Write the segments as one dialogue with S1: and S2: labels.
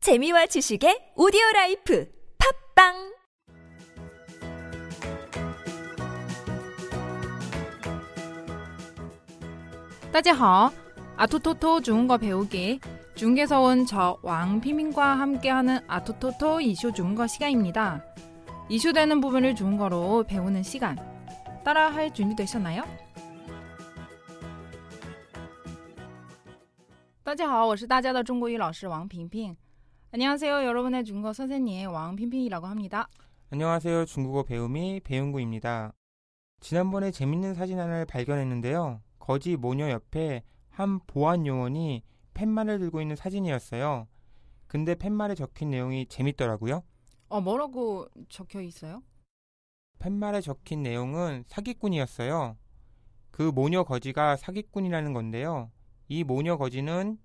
S1: 재미와 지식의 오디오 라이프 팝빵
S2: 따지하 아토토토 중국어 배우기 중국에서 온 저 왕피민과 함께하는 아토토토 이슈 중국어 시간입니다. 이슈되는 부분을 중국어로 배우는 시간 따라할 준비되셨나요? 大家好,我是大家的中国语老师王萍萍. 안녕하세요, 여러분의 중국어 선생님 왕핑핑이라고 합니다.
S3: 안녕하세요. 중국어 배움이 배운구입니다. 지난번에 재밌는 사진 하나를 발견했는데요. 거지 모녀 옆에 한 보안 요원이 팻말을 들고 있는 사진이었어요. 근데 팻말에 적힌 내용이 재밌더라고요.
S2: 어, 뭐라고 적혀 있어요?
S3: 팻말에 적힌 내용은 사기꾼이었어요. 그 모녀 거지가 사기꾼이라는 건데요. 이 모녀 거지는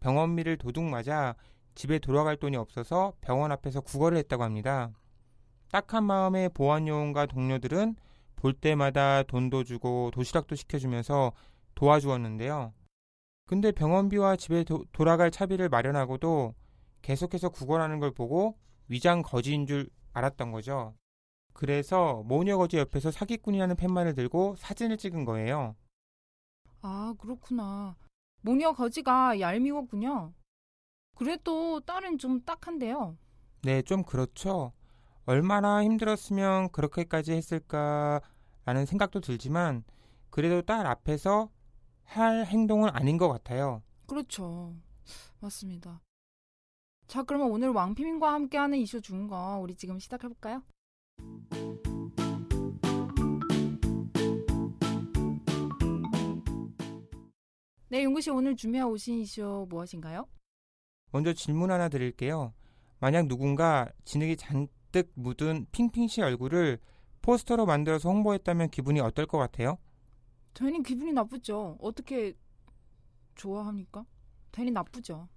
S3: 병원비를 도둑 맞아 집에 돌아갈 돈이 없어서 병원 앞에서 구걸을 했다고 합니다. 딱한 마음의 보안 요원과 동료들은 볼 때마다 돈도 주고 도시락도 시켜주면서 도와주었는데요. 근데 병원비와 집에 도- 돌아갈 차비를 마련하고도 계속해서 구걸하는 걸 보고 위장 거지인 줄 알았던 거죠. 그래서 모녀 거지 옆에서 사기꾼이라는 팻말을 들고 사진을 찍은 거예요.
S2: 아, 그렇구나. 모녀 거지가 얄미웠군요. 그래도 딸은 좀 딱한데요.
S3: 네, 좀 그렇죠. 얼마나 힘들었으면 그렇게까지 했을까라는 생각도 들지만 그래도 딸 앞에서 할 행동은 아닌 것 같아요.
S2: 그렇죠. 맞습니다. 자, 그러면 오늘 왕피민과 함께하는 이슈 준거 우리 지금 시작해볼까요? 네, 용구 씨 오늘 준비해 오신 이슈 무엇인가요?
S3: 먼저 질문 하나 드릴게요. 만약 누군가 진흙이 잔뜩 묻은 핑핑 씨 얼굴을 포스터로 만들어서 홍보했다면 기분이 어떨 것 같아요?
S2: 괜히 기분이 나쁘죠. 어떻게 좋아합니까? 괜히 나쁘죠.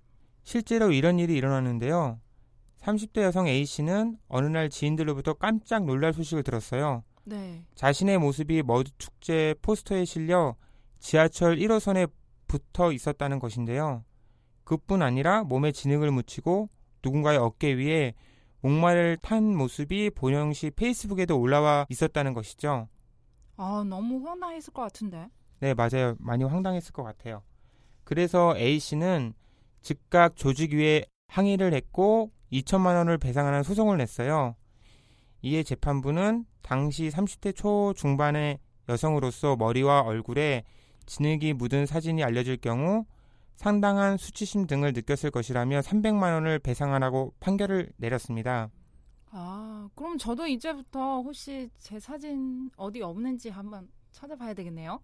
S3: 실제로 이런 일이 일어났는데요. 30대 여성 A 씨는 어느 날 지인들로부터 깜짝 놀랄 소식을 들었어요.
S2: 네.
S3: 자신의 모습이 머드 축제 포스터에 실려 지하철 1호선에 붙어 있었다는 것인데요. 그뿐 아니라 몸에 진흙을 묻히고 누군가의 어깨 위에 목마를 탄 모습이 본영 씨 페이스북에도 올라와 있었다는 것이죠.
S2: 아, 너무 화나했을 것 같은데.
S3: 네, 맞아요. 많이 황당했을 것 같아요. 그래서 A 씨는 즉각 조직위에 항의를 했고 2천만 원을 배상하는 소송을 냈어요. 이에 재판부는 당시 30대 초 중반의 여성으로서 머리와 얼굴에 진흙이 묻은 사진이 알려질 경우 상당한 수치심 등을 느꼈을 것이라며 300만 원을 배상하라고 판결을 내렸습니다.
S2: 아, 그럼 저도 이제부터 혹시 제 사진 어디 없는지 한번 찾아봐야 되겠네요.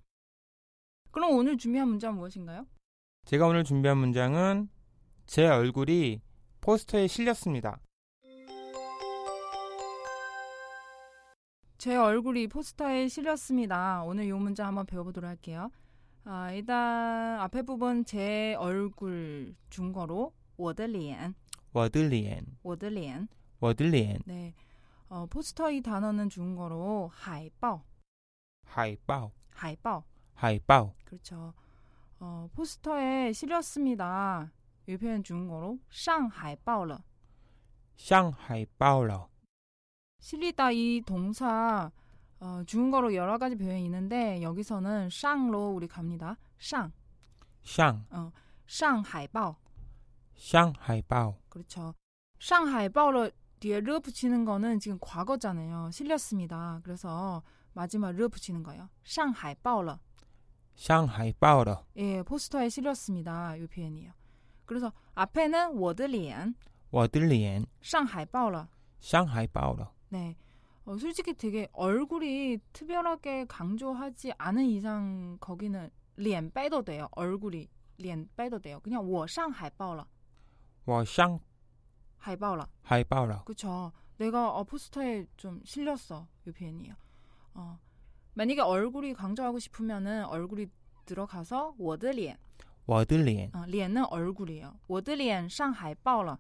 S2: 그럼 오늘 준비한 문제는 무엇인가요?
S3: 제가 오늘 준비한 문장은 제 얼굴이 포스터에 실렸습니다.
S2: 제 얼굴이 포스터에 실렸습니다. 오늘 이 문제 한번 배워보도록 할게요. 아, 일단 앞에 부분 제 얼굴 중거로 我的脸,
S3: 워들리엔
S2: 我的脸.
S3: 워들리엔
S2: 네. 어, 포스터 이 단어는 중거로 海报,
S3: 海报
S2: 海报.
S3: 海报
S2: 그렇죠. 어, 포스터에 실렸습니다. 이 표현 중국어로 상하이바오러.
S3: 上海报了
S2: 실리다 이 동사 어, 중국어로 여러 가지 표현이 있는데 여기서는 쌍로 우리 갑니다. 어, 쌍,
S3: 上
S2: 상하이바오.
S3: 上海报
S2: 그렇죠. 상하이바오러 뒤에 르 붙이는 거는 지금 과거잖아요. 실렸습니다. 그래서 마지막 르 붙이는 거예요. 상하이바오러.
S3: 上海报了
S2: 예, 포스터에 실렸습니다. 이 표현이에요. 그래서 앞에는 我的脸
S3: 我的脸
S2: 상하이바오러.
S3: 上海报了
S2: 네. 어, 솔직히 되게 얼굴이 특별하게 강조하지 않은 이상 거기는 脸 빼도 돼요. 얼굴이 脸 빼도 돼요. 그냥 我上海报了.海报了. 그쵸. 내가 어, 포스터에 좀 실렸어. 이 표현이에요. 어, 만약에 얼굴이 강조하고 싶으면은 얼굴이 들어가서 我的脸.
S3: 我上我的脸
S2: 어, 脸은 얼굴이에요. 我的脸上海报了.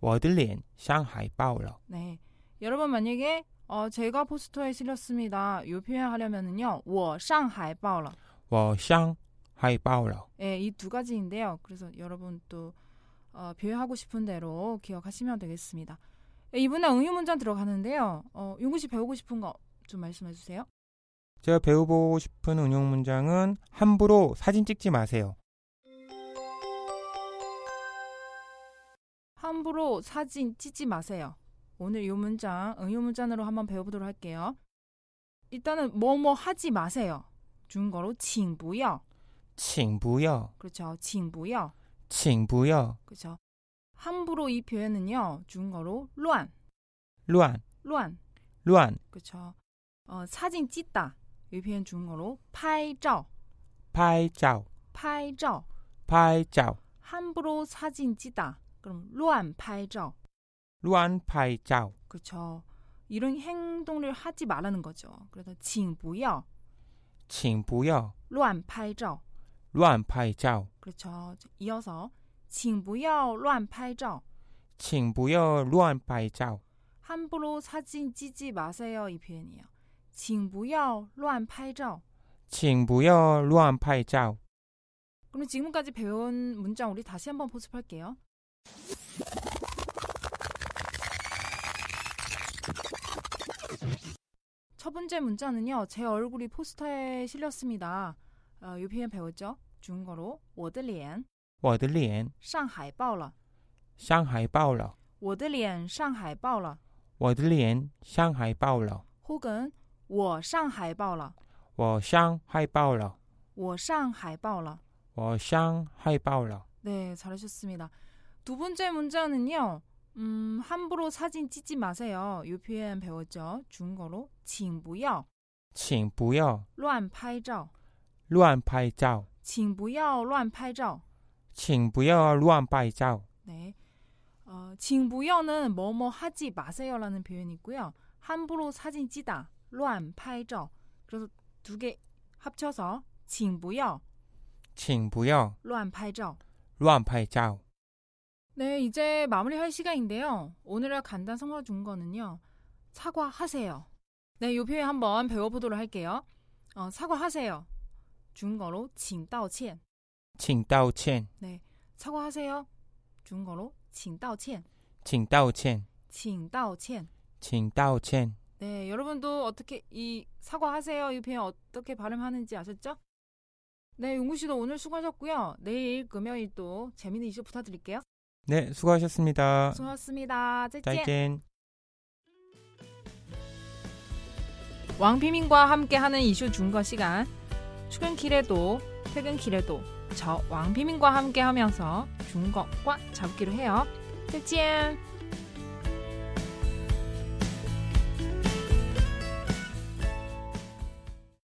S3: 我的脸上海报了
S2: 네. 여러분 만약에 어, 제가 포스터에 실렸습니다. 이 표현하려면은요. 我上海报了.
S3: 我上海报了
S2: 예, 이 두 가지인데요. 그래서 여러분 또 어, 어, 비유하고 싶은 대로 기억하시면 되겠습니다. 예, 이분의 응유문장 들어가는데요. 어, 용구 씨 배우고 싶은 거 좀 말씀해 주세요.
S3: 제가 배워보고 싶은 응용 문장은 함부로 사진 찍지 마세요.
S2: 함부로 사진 찌지 마세요. 오늘 이 문장 응용 문장으로 한번 배워보도록 할게요. 일단은 뭐뭐 하지 마세요. 중거로 칭부요.
S3: 请不要,
S2: 그렇죠. 칭부요.
S3: 请不要
S2: 그렇죠. 함부로 이 표현은요. 중거로 乱,
S3: 乱,
S2: 乱.
S3: 乱,
S2: 그렇죠. 어, 사진 찢다. 이 표현 중거로 拍照,
S3: 拍照,
S2: 拍照.
S3: 拍照,
S2: 함부로 사진 찢다. 그럼 乱拍照.
S3: 乱拍照,
S2: 그렇죠. 이런 행동을 하지 말라는 거죠. 그래서 请不要
S3: 请不要
S2: 乱拍照.
S3: 乱拍照,
S2: 그렇죠. 이어서 请不要乱拍照.
S3: 请不要乱拍照,
S2: 함부로 사진 찌지 마세요. 이 표현이에요. 请不要乱拍照.
S3: 请不要乱拍照.
S2: 그럼 지금까지 배운 문장 우리 다시 한번 복습할게요. 첫 번째 문자는요. 제 얼굴이 포스터에 실렸습니다. 어, 이 표현 배웠죠? 중국어로 我的脸
S3: 我的脸
S2: 上海报了.
S3: 上海报了.
S2: 我的脸上海报了.
S3: 我的脸上海报了.
S2: 혹은 我上海报了.
S3: 我上海报了.
S2: 我上海报了.
S3: 我上海报了.
S2: 네, 잘하셨습니다. 두 번째 문자는요. 음, 함부로 사진 찍지 마세요. 이 표현 배웠죠? 중국어로 请不要
S3: 请不要
S2: 乱拍照.
S3: 乱拍照.
S2: 请不要乱拍照.
S3: 请不要乱拍照.
S2: 네. 어, 请不要는 뭐뭐 하지 마세요라는 표현이 있고요. 함부로 사진 찌다. 乱拍照. 그래서 두 개 합쳐서 请不要
S3: 请不要
S2: 乱拍照.
S3: 乱拍照.
S2: 네, 이제 마무리할 시간인데요. 오늘의 간단 성어 중거는요. 사과하세요. 네, 요 표현 한번 배워보도록 할게요. 어, 사과하세요. 중거로 请道歉.
S3: 请道歉.
S2: 사과하세요. 중거로 请道歉.
S3: 请道歉.
S2: 请道歉.
S3: 请道歉.
S2: 네, 여러분도 어떻게 이 사과하세요 이 표현 어떻게 발음하는지 아셨죠? 네, 용구 씨도 오늘 수고하셨고요. 내일 금요일 또 재미있는 이슈 부탁드릴게요.
S3: 네, 수고하셨습니다.
S2: 수고하셨습니다. 짜이짠.
S3: 再见。
S2: 왕피민과 함께하는 이슈 준거 시간 출근길에도 퇴근길에도 저 왕피민과 함께하면서 준거과 잡기로 해요. 짜잔.